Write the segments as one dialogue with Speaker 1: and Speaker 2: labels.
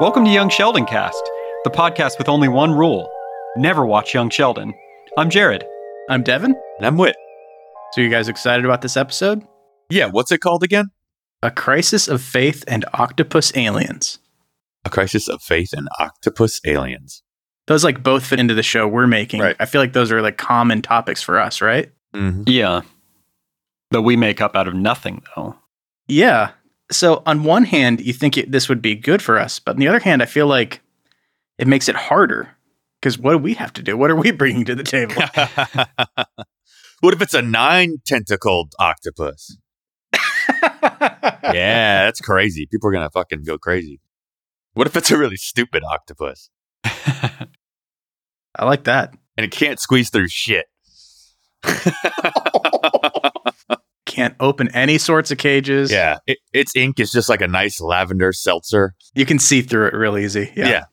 Speaker 1: Welcome to Young Sheldon Cast, the podcast with only one rule never watch Young Sheldon. I'm Jared.
Speaker 2: I'm Devin.
Speaker 3: And I'm Wit.
Speaker 2: So, you guys excited about this episode?
Speaker 3: Yeah, what's it called again?
Speaker 2: A Crisis of Faith and Octopus Aliens.
Speaker 3: A Crisis of Faith and Octopus Aliens.
Speaker 2: Those like both fit into the show we're making.
Speaker 3: Right.
Speaker 2: I feel like those are like common topics for us, right?
Speaker 3: Mm-hmm.
Speaker 1: Yeah. Though we make up out of nothing, though.
Speaker 2: Yeah. So, on one hand, you think it, this would be good for us, but on the other hand, I feel like it makes it harder because what do we have to do? What are we bringing to the table?
Speaker 3: what if it's a nine tentacled octopus? Yeah, that's crazy. People are going to fucking go crazy. What if it's a really stupid octopus
Speaker 2: I like that.
Speaker 3: and it can't squeeze through shit?
Speaker 2: Can't open any sorts of cages.
Speaker 3: yeah, it, its ink is just like a nice lavender seltzer.
Speaker 2: You can see through it real easy.
Speaker 3: Yeah. It's-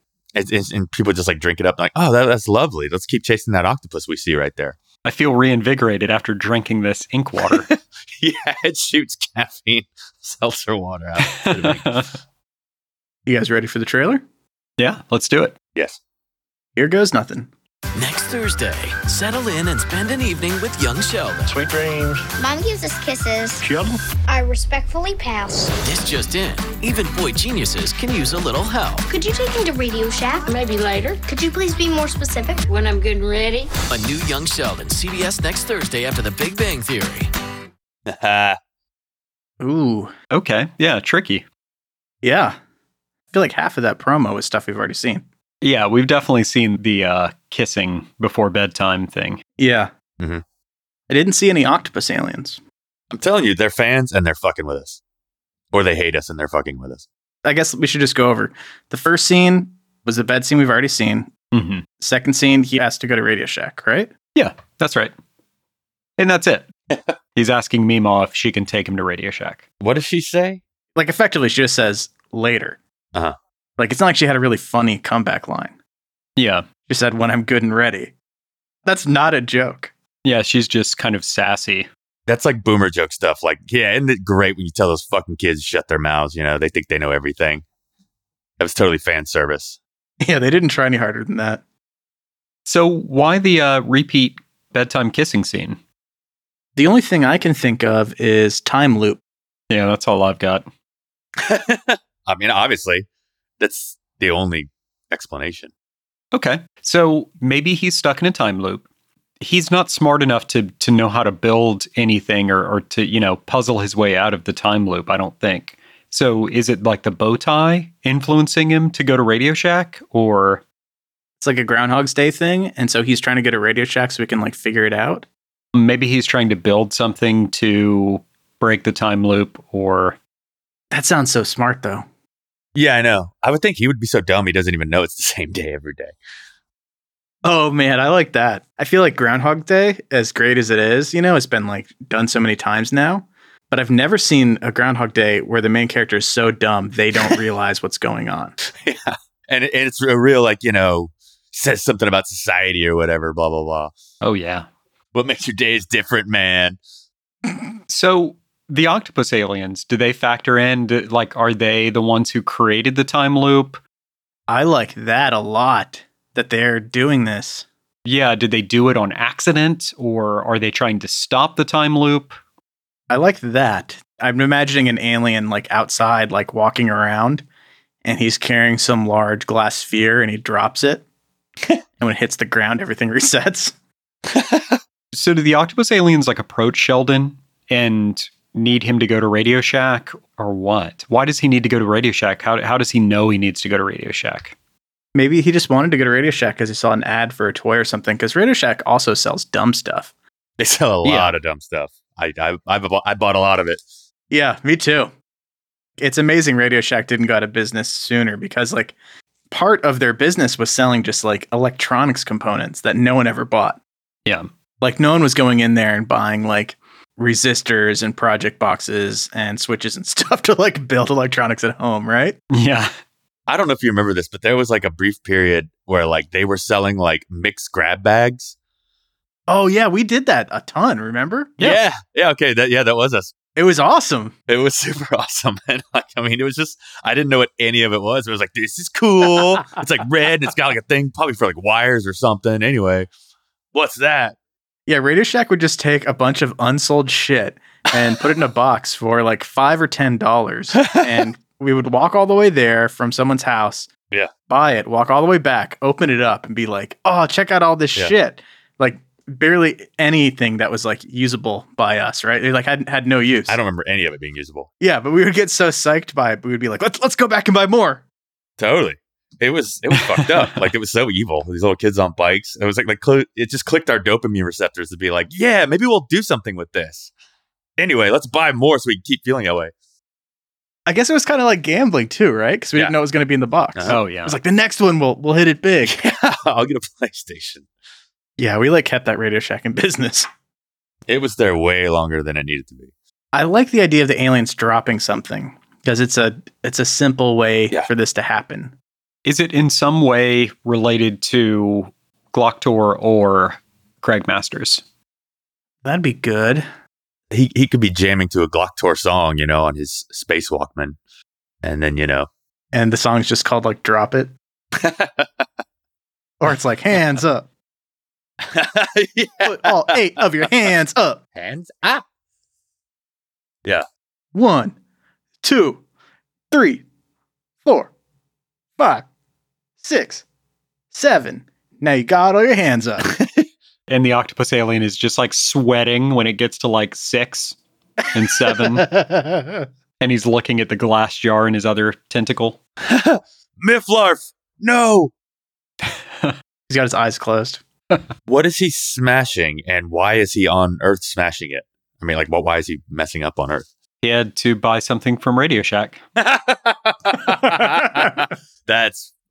Speaker 3: it's- and people just like drink it up, like, oh, that, that's lovely. Let's keep chasing that octopus we see right there.
Speaker 1: I feel reinvigorated after drinking this ink water.
Speaker 3: yeah, it shoots caffeine, seltzer water out. of the ink.
Speaker 2: You guys ready for the trailer?
Speaker 1: yeah, let's do it.
Speaker 3: yes.
Speaker 2: Here goes nothing.
Speaker 4: Next Thursday, settle in and spend an evening with young Sheldon.
Speaker 5: Sweet dreams.
Speaker 6: Mom gives us kisses.
Speaker 5: Sheldon?
Speaker 6: I respectfully pass.
Speaker 4: This just in, even boy geniuses can use a little help.
Speaker 6: Could you take him to Radio Shack?
Speaker 7: Maybe later,
Speaker 6: Could you please be more specific?
Speaker 7: when I'm getting ready.
Speaker 4: A new Young Sheldon, CBS next Thursday after The Big Bang Theory.
Speaker 2: Ooh.
Speaker 1: Okay. Yeah, tricky.
Speaker 2: Yeah. I feel like half of that promo was stuff we've already seen.
Speaker 1: Yeah, we've definitely seen the uh, kissing before bedtime thing.
Speaker 2: Yeah.
Speaker 3: Mhm.
Speaker 2: I didn't see any octopus aliens.
Speaker 3: I'm telling you, they're fans and they're fucking with us. Or they hate us and they're fucking with us.
Speaker 2: I guess we should just go over. The first scene was the bed scene we've already seen.
Speaker 1: hmm
Speaker 2: Second scene, he has to go to Radio Shack, right?
Speaker 1: That's right. And that's it. He's asking Mima if she can take him to Radio Shack.
Speaker 3: What does she say?
Speaker 2: Like, effectively, she just says later.
Speaker 3: Uh-huh.
Speaker 2: Like, it's not like she had a really funny comeback line.
Speaker 1: Yeah.
Speaker 2: She said, when I'm good and ready. That's not a joke.
Speaker 1: Yeah, she's just kind of sassy.
Speaker 3: That's like boomer joke stuff. Like, yeah, isn't it great when you tell those fucking kids to shut their mouths? You know, they think they know everything. That was totally fan service.
Speaker 2: Yeah, they didn't try any harder than that.
Speaker 1: So, why the uh, repeat bedtime kissing scene?
Speaker 2: The only thing I can think of is time loop.
Speaker 1: Yeah, that's all I've got.
Speaker 3: I mean, obviously, that's the only explanation.
Speaker 1: Okay. So, maybe he's stuck in a time loop. He's not smart enough to, to know how to build anything or, or to, you know, puzzle his way out of the time loop, I don't think. So, is it like the bow tie influencing him to go to Radio Shack or.
Speaker 2: It's like a Groundhog's Day thing, and so he's trying to get a Radio Shack so we can like figure it out.
Speaker 1: maybe he's trying to build something to break the time loop or
Speaker 2: That sounds so smart, though.
Speaker 3: Yeah, I know. I would think he would be so dumb he doesn't even know it's the same day every day.
Speaker 2: Oh man, I like that. I feel like Groundhog Day, as great as it is, you know, it's been like done so many times now. But I've never seen a Groundhog Day where the main character is so dumb they don't realize what's going on.
Speaker 3: And, it, and it's a real, like, you know, says something about society or whatever, blah, blah, blah.
Speaker 1: oh yeah
Speaker 3: What makes your days different, man?
Speaker 1: so the octopus aliens do they factor in Do- like are they the ones who created the time loop
Speaker 2: I like that a lot that they're doing this.
Speaker 1: yeah did they do it on accident or are they trying to stop the time loop
Speaker 2: I like that. I'm imagining an alien like outside, like walking around, and he's carrying some large glass sphere and he drops it. and when it hits the ground, everything resets.
Speaker 1: so do the octopus aliens like approach sheldon and need him to go to radio shack or what why does he need to go to radio shack how, how does he know he needs to go to radio shack
Speaker 2: Maybe he just wanted to go to Radio Shack because he saw an ad for a toy or something. Because Radio Shack also sells dumb stuff.
Speaker 3: They sell a
Speaker 1: Yeah.
Speaker 3: lot of dumb stuff. I I I've, bu- I bought a lot of it.
Speaker 2: Yeah, me too. It's amazing Radio Shack didn't go out of business sooner because, like, part of their business was selling just like electronics components that no one ever bought.
Speaker 1: Yeah.
Speaker 2: Like, no one was going in there and buying like resistors and project boxes and switches and stuff to like build electronics at home, right?
Speaker 1: yeah
Speaker 3: I don't know if you remember this, but there was like a brief period where like they were selling like mixed grab bags.
Speaker 2: Oh, yeah, we did that a ton, remember?
Speaker 1: Yeah.
Speaker 3: yeah, yeah, okay, that yeah, that was us.
Speaker 2: It was awesome.
Speaker 3: It was super awesome. And like, I mean, it was just, I didn't know what any of it was. It was like, this is cool. it's like red and it's got like a thing probably for like wires or something. Anyway, what's that?
Speaker 2: Yeah, Radio Shack would just take a bunch of unsold shit and put it in a box for like five or ten dollars. and we would walk all the way there from someone's house.
Speaker 3: Yeah.
Speaker 2: Buy it, walk all the way back, open it up, and be like, oh, check out all this
Speaker 3: Yeah.
Speaker 2: shit. Like barely anything that was like usable by us, right? It like had had no use.
Speaker 3: I don't remember any of it being usable.
Speaker 2: Yeah, but we would get so psyched by it, we would be like, let's let's go back and buy more.
Speaker 3: Totally. It was it was fucked up. Like it was so evil. These little kids on bikes. It was like like cl- it just clicked our dopamine receptors to be like, yeah, maybe we'll do something with this. Anyway, let's buy more so we can keep feeling that way.
Speaker 2: I guess it was kind of like gambling too, right? Because we
Speaker 3: Yeah. Uh-huh.
Speaker 2: didn't know it was going to be in the box.
Speaker 1: Oh yeah.
Speaker 2: It was like the next one will will hit it big.
Speaker 3: I'll get a PlayStation.
Speaker 2: yeah, we like kept that Radio Shack in business.
Speaker 3: It was there way longer than it needed to be.
Speaker 2: I like the idea of the aliens dropping something because it's a it's a simple way
Speaker 3: Yeah.
Speaker 2: for this to happen.
Speaker 1: Is it in some way related to Glocktor or Craig Masters?
Speaker 2: That'd be good.
Speaker 3: He he could be jamming to a Glocktor song, you know, on his space Walkman, and then you know,
Speaker 2: And the song's just called like "Drop It," or it's like "Hands Up."
Speaker 3: yeah.
Speaker 2: Put all eight of your hands up.
Speaker 3: hands up.
Speaker 2: One, two, three, four, five, six, seven. Now you got all your hands up.
Speaker 1: And the octopus alien is just like sweating when it gets to like six and seven, and he's looking at the glass jar in his other tentacle.
Speaker 3: Mifflarf, no.
Speaker 2: He's got his eyes closed.
Speaker 3: What is he smashing, and why is he on Earth smashing it? I mean, like, what? Why is he messing up on Earth?
Speaker 1: He had to buy something from Radio Shack.
Speaker 3: That's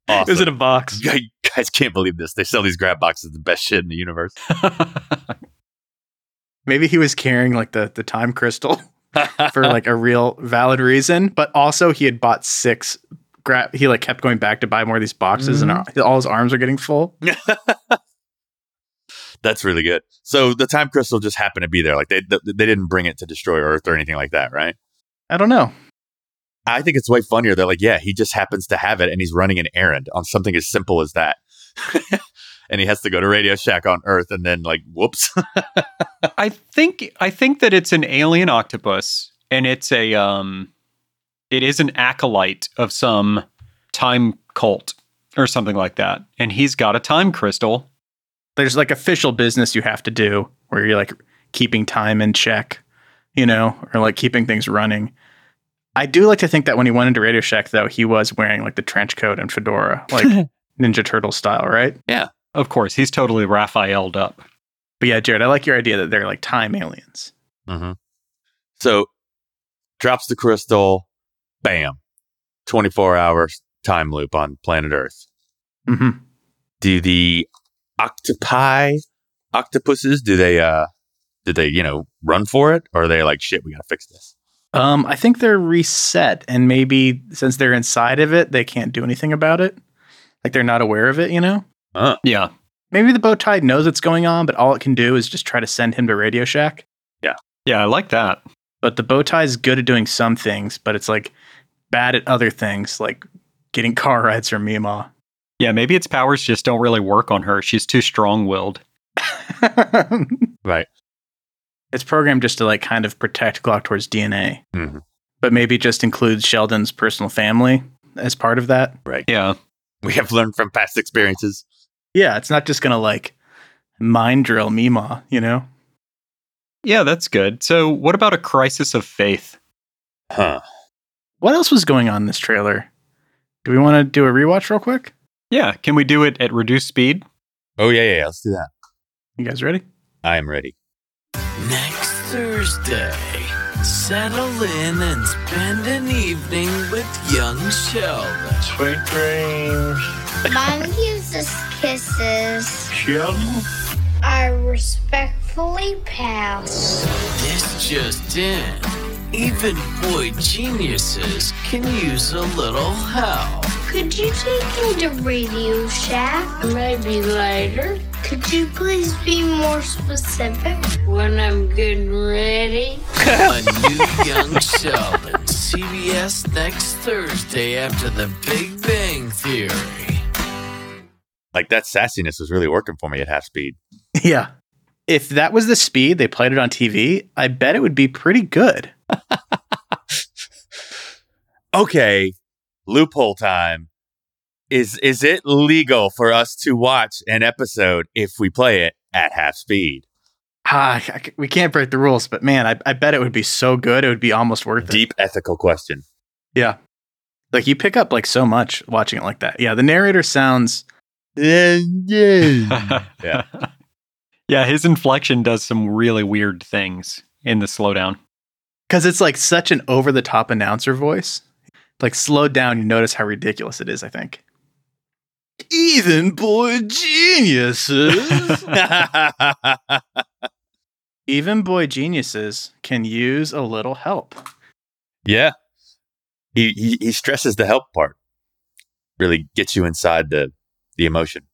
Speaker 3: awesome.
Speaker 2: Is it a box?
Speaker 3: you guys can't believe this. They sell these grab boxes, the best shit in the universe.
Speaker 2: Maybe he was carrying like the the time crystal. for like a real valid reason, but also he had bought six. Gra- he like kept going back to buy more of these boxes, and all his arms are getting full.
Speaker 3: That's really good. So the time crystal just happened to be there. Like they th- they didn't bring it to destroy Earth or anything like that, right?
Speaker 2: I don't know.
Speaker 3: I think it's way funnier. They're like, yeah, he just happens to have it, and he's running an errand on something as simple as that. and he has to go to Radio Shack on Earth, and then like, whoops.
Speaker 1: I think I think that it's an alien octopus, and it's a um, it is an acolyte of some time cult or something like that, and he's got a time crystal.
Speaker 2: There's like official business you have to do where you're like keeping time in check, you know, or like keeping things running. I do like to think that when he went into Radio Shack, though, he was wearing like the trench coat and fedora, like Ninja Turtle style, right?
Speaker 1: Of course, he's totally Raphael'd up.
Speaker 2: But yeah, Jared, I like your idea that they're like time aliens.
Speaker 3: mm-hmm. So drops the crystal, bam, twenty four hour time loop on planet Earth.
Speaker 2: hmm
Speaker 3: Do the octopi octopuses? Do they uh? Did they you know run for it, or are they like shit? We gotta fix this.
Speaker 2: Um, I think they're reset, and maybe since they're inside of it, they can't do anything about it. Like they're not aware of it, you know.
Speaker 1: Yeah,
Speaker 2: Maybe the bow tie knows what's going on, but all it can do is just try to send him to Radio Shack.
Speaker 1: yeah, I like that.
Speaker 2: But the bow tie is good at doing some things, but it's like bad at other things, like getting car rides from Mima.
Speaker 1: Yeah, maybe its powers just don't really work on her. She's too strong-willed.
Speaker 3: Right.
Speaker 2: it's programmed just to like kind of protect Glocktor's DNA,
Speaker 3: Mhm.
Speaker 2: but maybe just includes Sheldon's personal family as part of that.
Speaker 1: Yeah,
Speaker 3: We have learned from past experiences.
Speaker 2: Yeah, it's not just gonna like mind drill Mima, you know?
Speaker 1: yeah, that's good. So, what about a crisis of faith?
Speaker 3: Huh.
Speaker 2: What else was going on in this trailer? Do we want to do a rewatch real quick?
Speaker 1: Yeah, can we do it at reduced speed?
Speaker 3: Oh yeah, yeah, yeah. Let's do that.
Speaker 2: You guys ready?
Speaker 3: I am ready.
Speaker 4: Next Thursday, settle in and spend an evening with young Sheldon.
Speaker 5: Sweet dreams,
Speaker 6: Mom uses kisses.
Speaker 5: Sheldon.
Speaker 6: I respectfully pass.
Speaker 4: This just in. Even boy geniuses can use a little help.
Speaker 6: Could you take me to Radio Shack? Maybe later. Could Could you please be more specific? When I'm getting ready.
Speaker 4: A new young sub at CBS next Thursday after the Big Bang Theory.
Speaker 3: Like that sassiness was really working for me at half speed.
Speaker 2: Yeah. If that was the speed they played it on TV, I bet it would be pretty good.
Speaker 3: okay, loophole time. Is is it legal for us to watch an episode if we play it at half speed?
Speaker 2: Ah, I c- we can't break the rules, but man, I, I bet it would be so good. It would be almost worth it.
Speaker 3: Deep ethical question.
Speaker 2: Yeah. Like you pick up like so much watching it like that. Yeah. The narrator sounds. yeah.
Speaker 1: Mm, yeah. Yeah, his inflection does some really weird things in the slowdown.
Speaker 2: Because it's like such an over the top announcer voice. Like slowed down, you notice how ridiculous it is, I think. Even boy geniuses. Even boy geniuses can use a little help.
Speaker 3: yeah. He, he he stresses the help part. Really gets you inside the the emotion.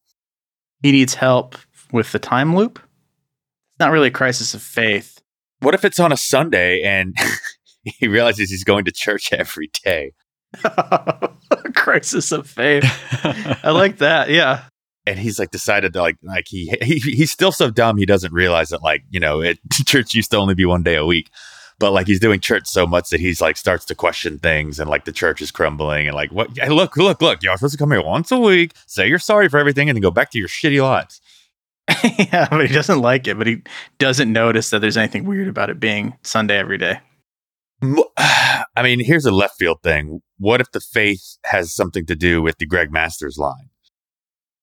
Speaker 2: He needs help with the time loop. It's not really a crisis of faith.
Speaker 3: What if it's on a Sunday and he realizes he's going to church every day
Speaker 2: crisis of faith. I like that. Yeah.
Speaker 3: and he's like decided to like like he, he he's still so dumb he doesn't realize that like you know it, church used to only be one day a week but like he's doing church so much that he's like starts to question things and like the church is crumbling and like what hey, look look look y'all supposed to come here once a week say you're sorry for everything and then go back to your shitty lives
Speaker 2: yeah, but he doesn't like it, but he doesn't notice that there's anything weird about it being Sunday every day.
Speaker 3: M- i mean here's a left field thing what if the faith has something to do with the greg masters line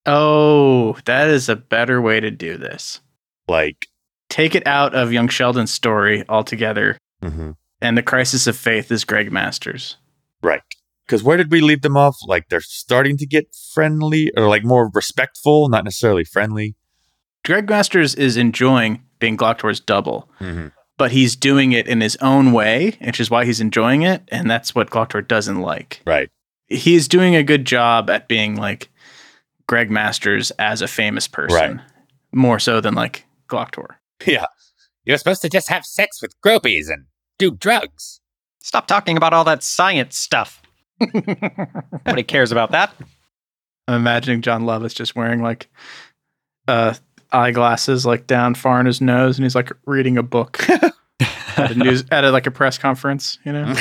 Speaker 2: Oh, that is a better way to do this.
Speaker 3: like
Speaker 2: Take it out of young Sheldon's story altogether,
Speaker 3: mhm,
Speaker 2: and the crisis of faith is Greg Masters.
Speaker 3: right because where did we leave them off like they're starting to get friendly or like more respectful not necessarily friendly
Speaker 2: Greg Masters is enjoying being Glocktor's double,
Speaker 3: mm-hmm.
Speaker 2: but he's doing it in his own way, which is why he's enjoying it, and that's what Glocktor doesn't like.
Speaker 3: Right.
Speaker 2: He's doing a good job at being like Greg Masters as a famous person, more so than like Glocktor.
Speaker 3: Yeah. You're supposed to just have sex with groupies and do drugs.
Speaker 1: Stop talking about all that science stuff. Nobody cares about that.
Speaker 2: I'm imagining John Lovitz just wearing like uh eyeglasses like down far in his nose and he's like reading a book at a news at a, like a press conference, you know?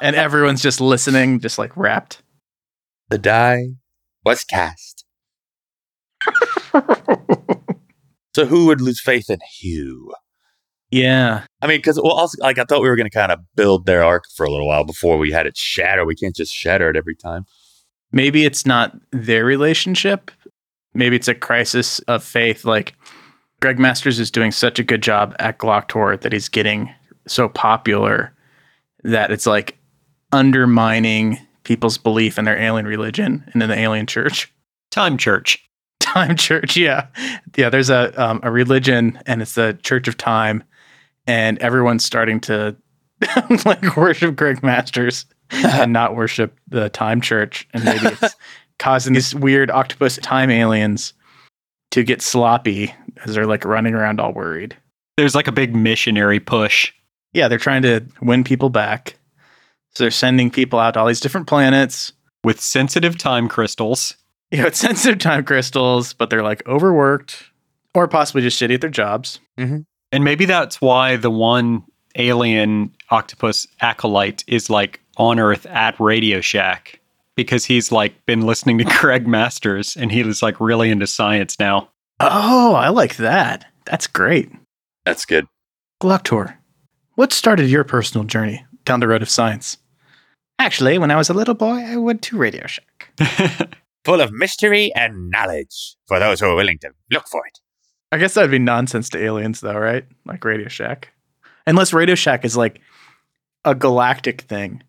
Speaker 2: and everyone's just listening, just like rapt.
Speaker 3: the die was cast. So who would lose faith in Hugh?
Speaker 2: yeah.
Speaker 3: I mean, because well, also like I thought we were going to kind of build their arc for a little while before we had it shatter. We can't just shatter it every time.
Speaker 2: Maybe it's not their relationship. Maybe it's a crisis of faith like Greg Masters is doing such a good job at Glocktor that he's getting so popular that it's like undermining people's belief in their alien religion and in the alien church.
Speaker 1: Time church.
Speaker 2: Time Church, yeah, yeah. There's a um, a religion, and it's the Church of Time, and everyone's starting to like worship Greg Masters and not worship the Time Church, and maybe it's causing these weird octopus time aliens to get sloppy as they're like running around all worried.
Speaker 1: There's like a big missionary push.
Speaker 2: Yeah, they're trying to win people back, so they're sending people out to all these different planets.
Speaker 1: with sensitive time crystals.
Speaker 2: You know, it's sensitive time crystals, but they're like overworked or possibly just shitty at their jobs.
Speaker 1: And maybe that's why the one alien octopus acolyte is like on Earth at Radio Shack because he's like been listening to Craig Masters and he was like really into science now.
Speaker 2: Oh, I like that. That's great.
Speaker 3: That's good.
Speaker 2: Glocktor, what started your personal journey down the road of science? Actually, when I was a little boy, I went to Radio Shack.
Speaker 3: Full of mystery and knowledge for those who are willing to look for it.
Speaker 2: I guess that would be nonsense to aliens, though, right? Like Radio Shack. Unless Radio Shack is like a galactic thing.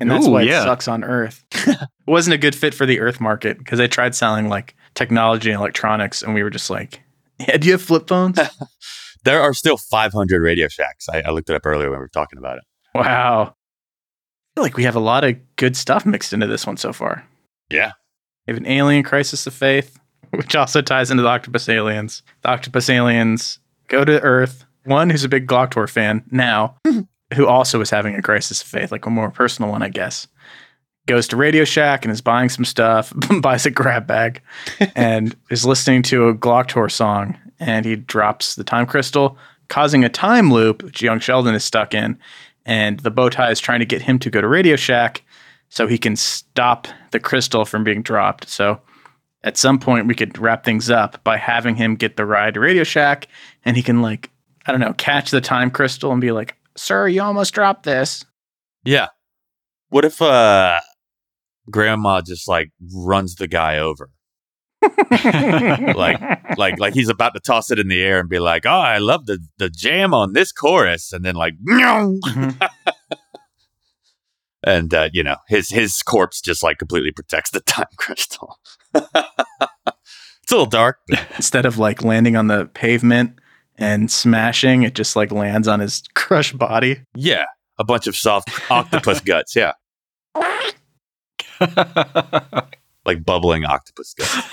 Speaker 2: And that's
Speaker 1: Ooh,
Speaker 2: why
Speaker 1: yeah.
Speaker 2: it sucks on Earth. it wasn't a good fit for the Earth market because they tried selling like technology and electronics, and we were just like, yeah, do you have flip phones?
Speaker 3: There are still 500 Radio Shacks. I, I looked it up earlier when we were talking about it.
Speaker 2: Wow. I feel like we have a lot of good stuff mixed into this one so far.
Speaker 3: Yeah.
Speaker 2: We have an alien crisis of faith, which also ties into the octopus aliens. The octopus aliens go to Earth. One who's a big Glocktor fan now, who also is having a crisis of faith, like a more personal one, I guess, goes to Radio Shack and is buying some stuff, buys a grab bag, and is listening to a Glocktor song. And he drops the time crystal, causing a time loop, which young Sheldon is stuck in. And the bow tie is trying to get him to go to Radio Shack so he can stop the crystal from being dropped. So at some point we could wrap things up by having him get the ride to Radio Shack and he can like I don't know, catch the time crystal and be like, "Sir, you almost dropped this."
Speaker 3: Yeah. What if uh grandma just like runs the guy over?
Speaker 2: like
Speaker 3: Like like he's about to toss it in the air and be like, "Oh, I love the the jam on this chorus." And then like, "Meow." and uh, you know, his his corpse just like completely protects the time crystal. it's a little dark. but-
Speaker 2: instead of like landing on the pavement and smashing, it just like lands on his crushed body.
Speaker 3: yeah, a bunch of soft octopus guts, yeah. Like bubbling octopus guts.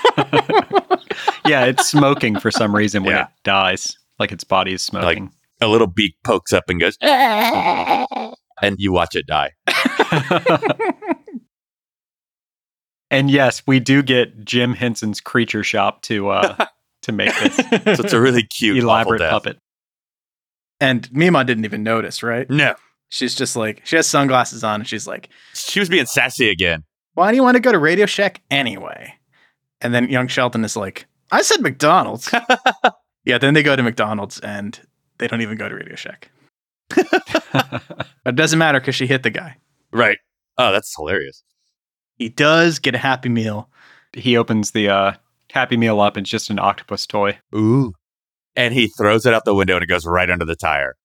Speaker 1: yeah, it's smoking for some reason when
Speaker 3: Yeah.
Speaker 1: it dies. Like its body is smoking.
Speaker 3: A little beak pokes up and goes, and you watch it die.
Speaker 1: and yes, we do get Jim Henson's creature shop to uh to make this
Speaker 3: So it's a really cute
Speaker 1: elaborate
Speaker 3: awful death.
Speaker 1: puppet.
Speaker 2: and Mima didn't even notice, right?
Speaker 3: No,
Speaker 2: She's just like she has sunglasses on and she's like,
Speaker 3: she was being sassy again.
Speaker 2: "Why do you want to go to Radio Shack anyway?" And then young Sheldon is like, "I said McDonald's." yeah, then they go to McDonald's and they don't even go to Radio Shack. But it doesn't matter cuz she hit the guy.
Speaker 3: Right. Oh, that's hilarious.
Speaker 2: He does get a happy meal.
Speaker 1: he opens the uh Happy Meal up and it's just an octopus toy.
Speaker 3: Ooh. And he throws it out the window and it goes right under the tire.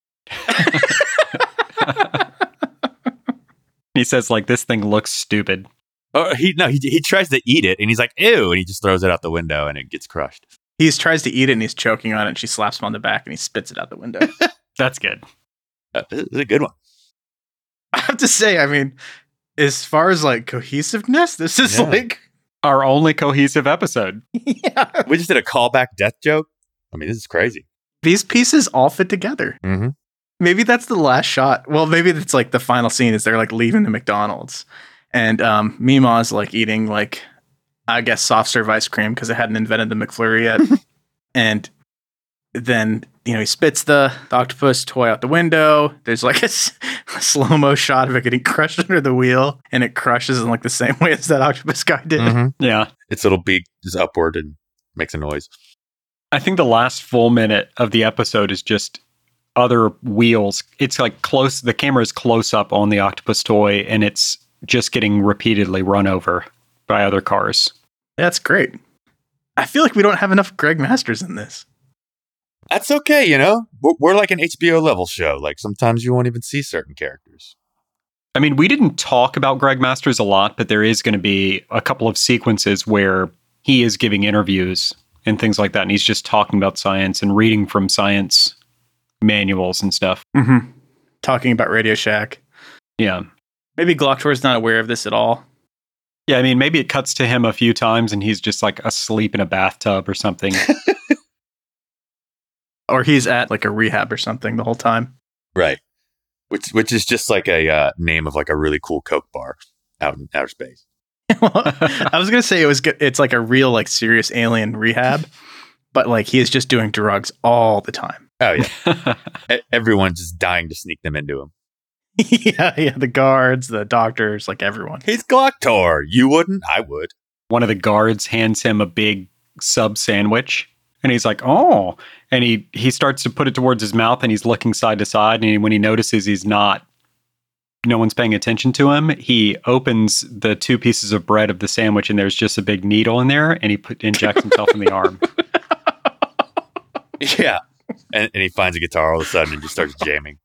Speaker 1: He says like this thing looks stupid.
Speaker 3: Oh, he no, he, he tries to eat it and he's like, ew, and he just throws it out the window and it gets crushed.
Speaker 2: He tries to eat it and he's choking on it and she slaps him on the back and he spits it out the window.
Speaker 1: That's good.
Speaker 3: Uh, this is a good one.
Speaker 2: I have to say, I mean, as far as like cohesiveness, this is
Speaker 3: Yeah.
Speaker 2: like
Speaker 1: Our only cohesive episode.
Speaker 2: yeah.
Speaker 3: We just did a callback death joke. I mean, this is crazy.
Speaker 2: These pieces all fit together.
Speaker 3: Mm-hmm.
Speaker 2: Maybe that's the last shot. Well, maybe it's like the final scene is they're like leaving the McDonald's, and um, Mima's like eating like I guess soft serve ice cream because I hadn't invented the McFlurry yet, and then you know he spits the, the octopus toy out the window. There's like a, slow mo shot of it getting crushed under the wheel, and it crushes in like the same way as that octopus guy did.
Speaker 3: Mm-hmm.
Speaker 1: Yeah.
Speaker 3: Its little beak is upward and makes a noise.
Speaker 1: I think the last full minute of the episode is just other wheels. It's like close the camera is close up on the octopus toy and it's just getting repeatedly run over by other cars.
Speaker 2: That's great. I feel like we don't have enough Greg Masters in this.
Speaker 3: That's okay, you know? We're, we're like an HBO level show. Like sometimes you won't even see certain characters.
Speaker 1: I mean, we didn't talk about Greg Masters a lot, but there is going to be a couple of sequences where he is giving interviews and things like that. And he's just talking about science and reading from science manuals and stuff.
Speaker 2: Mm-hmm. Talking about Radio Shack.
Speaker 1: Yeah.
Speaker 2: Maybe Glocktor's not aware of this at all.
Speaker 1: Yeah. I mean, maybe it cuts to him a few times and he's just like asleep in a bathtub or something.
Speaker 2: Or he's at like a rehab or something the whole time.
Speaker 3: Right. Which which is just like a uh, name of like a really cool Coke bar out in outer space.
Speaker 2: I was gonna say it was good. It's like a real like serious alien rehab, but like he is just doing drugs all the time.
Speaker 3: Oh yeah. E- Everyone's just dying to sneak them into him.
Speaker 2: yeah, yeah. The guards, the doctors, like everyone.
Speaker 3: He's Glocktor. You wouldn't? I would.
Speaker 1: one of the guards hands him a big sub sandwich and he's like oh and he he starts to put it towards his mouth and he's looking side to side and when he notices he's not no one's paying attention to him he opens the two pieces of bread of the sandwich and there's just a big needle in there and he put, injects himself in the arm
Speaker 3: Yeah. And, and he finds a guitar all of a sudden and just starts jamming.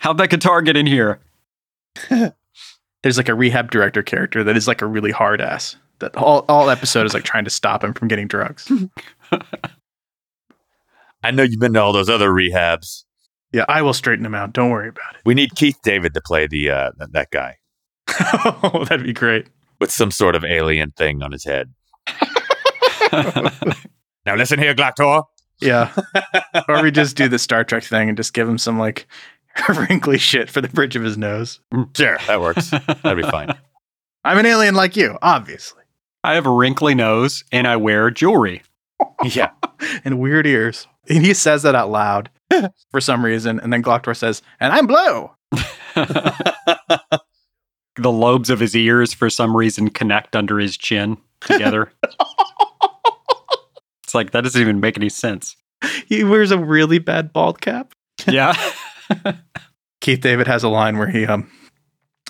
Speaker 1: how'd that guitar get in here
Speaker 2: There's like a rehab director character that is like a really hard ass. That all all episode is like trying to stop him from getting drugs.
Speaker 3: I know you've been to all those other rehabs.
Speaker 2: yeah, I will straighten him out. Don't worry about it.
Speaker 3: We need Keith David to play the uh, th- that guy
Speaker 2: oh, that'd be great.
Speaker 3: with some sort of alien thing on his head. Now listen here, Glactor.
Speaker 2: Yeah. or we just do the Star Trek thing and just give him some like wrinkly shit for the bridge of his nose.
Speaker 3: Sure, that works. That'd be fine.
Speaker 2: I'm an alien like you, obviously.
Speaker 1: I have a wrinkly nose and I wear jewelry.
Speaker 3: Yeah.
Speaker 2: And weird ears. And he says that out loud for some reason. And then Glocktor says, and I'm blue.
Speaker 1: the lobes of his ears, for some reason, connect under his chin together. it's like, that doesn't even make any sense.
Speaker 2: He wears a really bad bald cap.
Speaker 1: Yeah.
Speaker 2: Keith David has a line where he um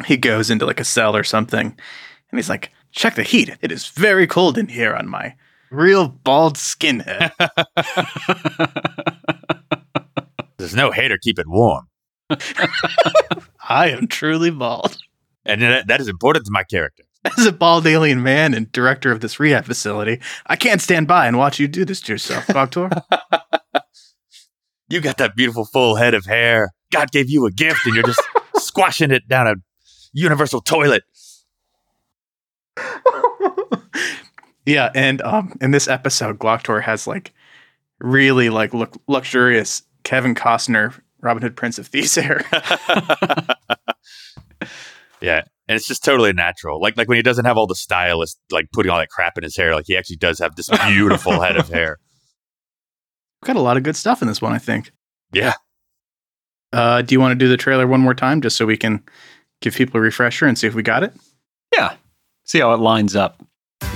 Speaker 2: he goes into like a cell or something and he's like, check the heat. It is very cold in here on my real bald skinhead.
Speaker 3: There's no hater. Keep it warm.
Speaker 2: I am truly bald.
Speaker 3: And that, that is important to my character.
Speaker 2: As a bald alien man and director of this rehab facility, I can't stand by and watch you do this to yourself, Doctor.
Speaker 3: You got that beautiful full head of hair. God gave you a gift and you're just squashing it down a universal toilet.
Speaker 2: yeah, and um in this episode, Glocktor has like really like look luxurious Kevin Costner, Robin Hood Prince of Thieves hair.
Speaker 3: yeah. And it's just totally natural. Like like when he doesn't have all the stylist like putting all that crap in his hair, like he actually does have this beautiful head of hair.
Speaker 2: Got a lot of good stuff in this one, I think.
Speaker 3: Yeah.
Speaker 2: Uh, do you want to do the trailer one more time just so we can give people a refresher and see if we got it?
Speaker 1: yeah. See how it lines up.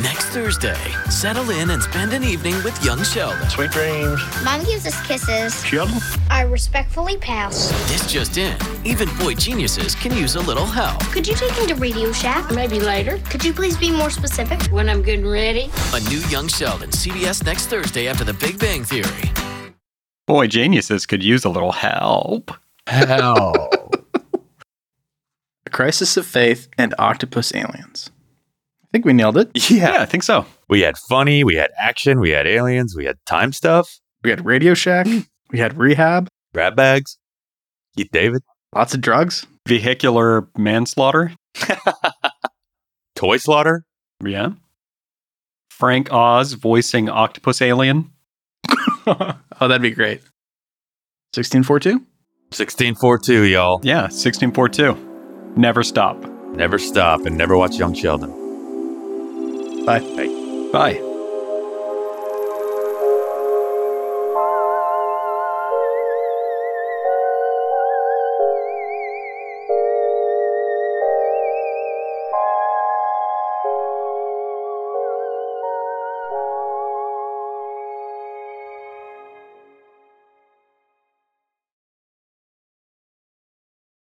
Speaker 4: Next Thursday, settle in and spend an evening with young Sheldon.
Speaker 5: Sweet dreams.
Speaker 6: Mom gives us kisses.
Speaker 1: Sheldon?
Speaker 6: I respectfully pass.
Speaker 4: This just in, even boy geniuses can use a little help.
Speaker 6: Could you take him to Radio Shack? Maybe later. Could you please be more specific? When I'm good and ready.
Speaker 4: A new Young Sheldon, CBS next Thursday after The Big Bang Theory.
Speaker 1: Boy, geniuses could use a little help.
Speaker 3: Hell.
Speaker 2: A Crisis of Faith and Octopus Aliens. I think we nailed it.
Speaker 1: Yeah, I think so.
Speaker 3: we had funny, we had action, we had aliens, we had time stuff,
Speaker 2: We had Radio Shack. we had Rehab.
Speaker 3: grab bags, Keith David,
Speaker 2: Lots of drugs.
Speaker 1: Vehicular manslaughter.
Speaker 3: toy slaughter.
Speaker 1: Yeah. Frank Oz voicing Octopus Alien.
Speaker 2: oh, that'd be great. 1642?
Speaker 3: 1642, y'all.
Speaker 1: Yeah, 1642. Never stop.
Speaker 3: Never stop and never watch Young Sheldon.
Speaker 2: Bye.
Speaker 1: Bye.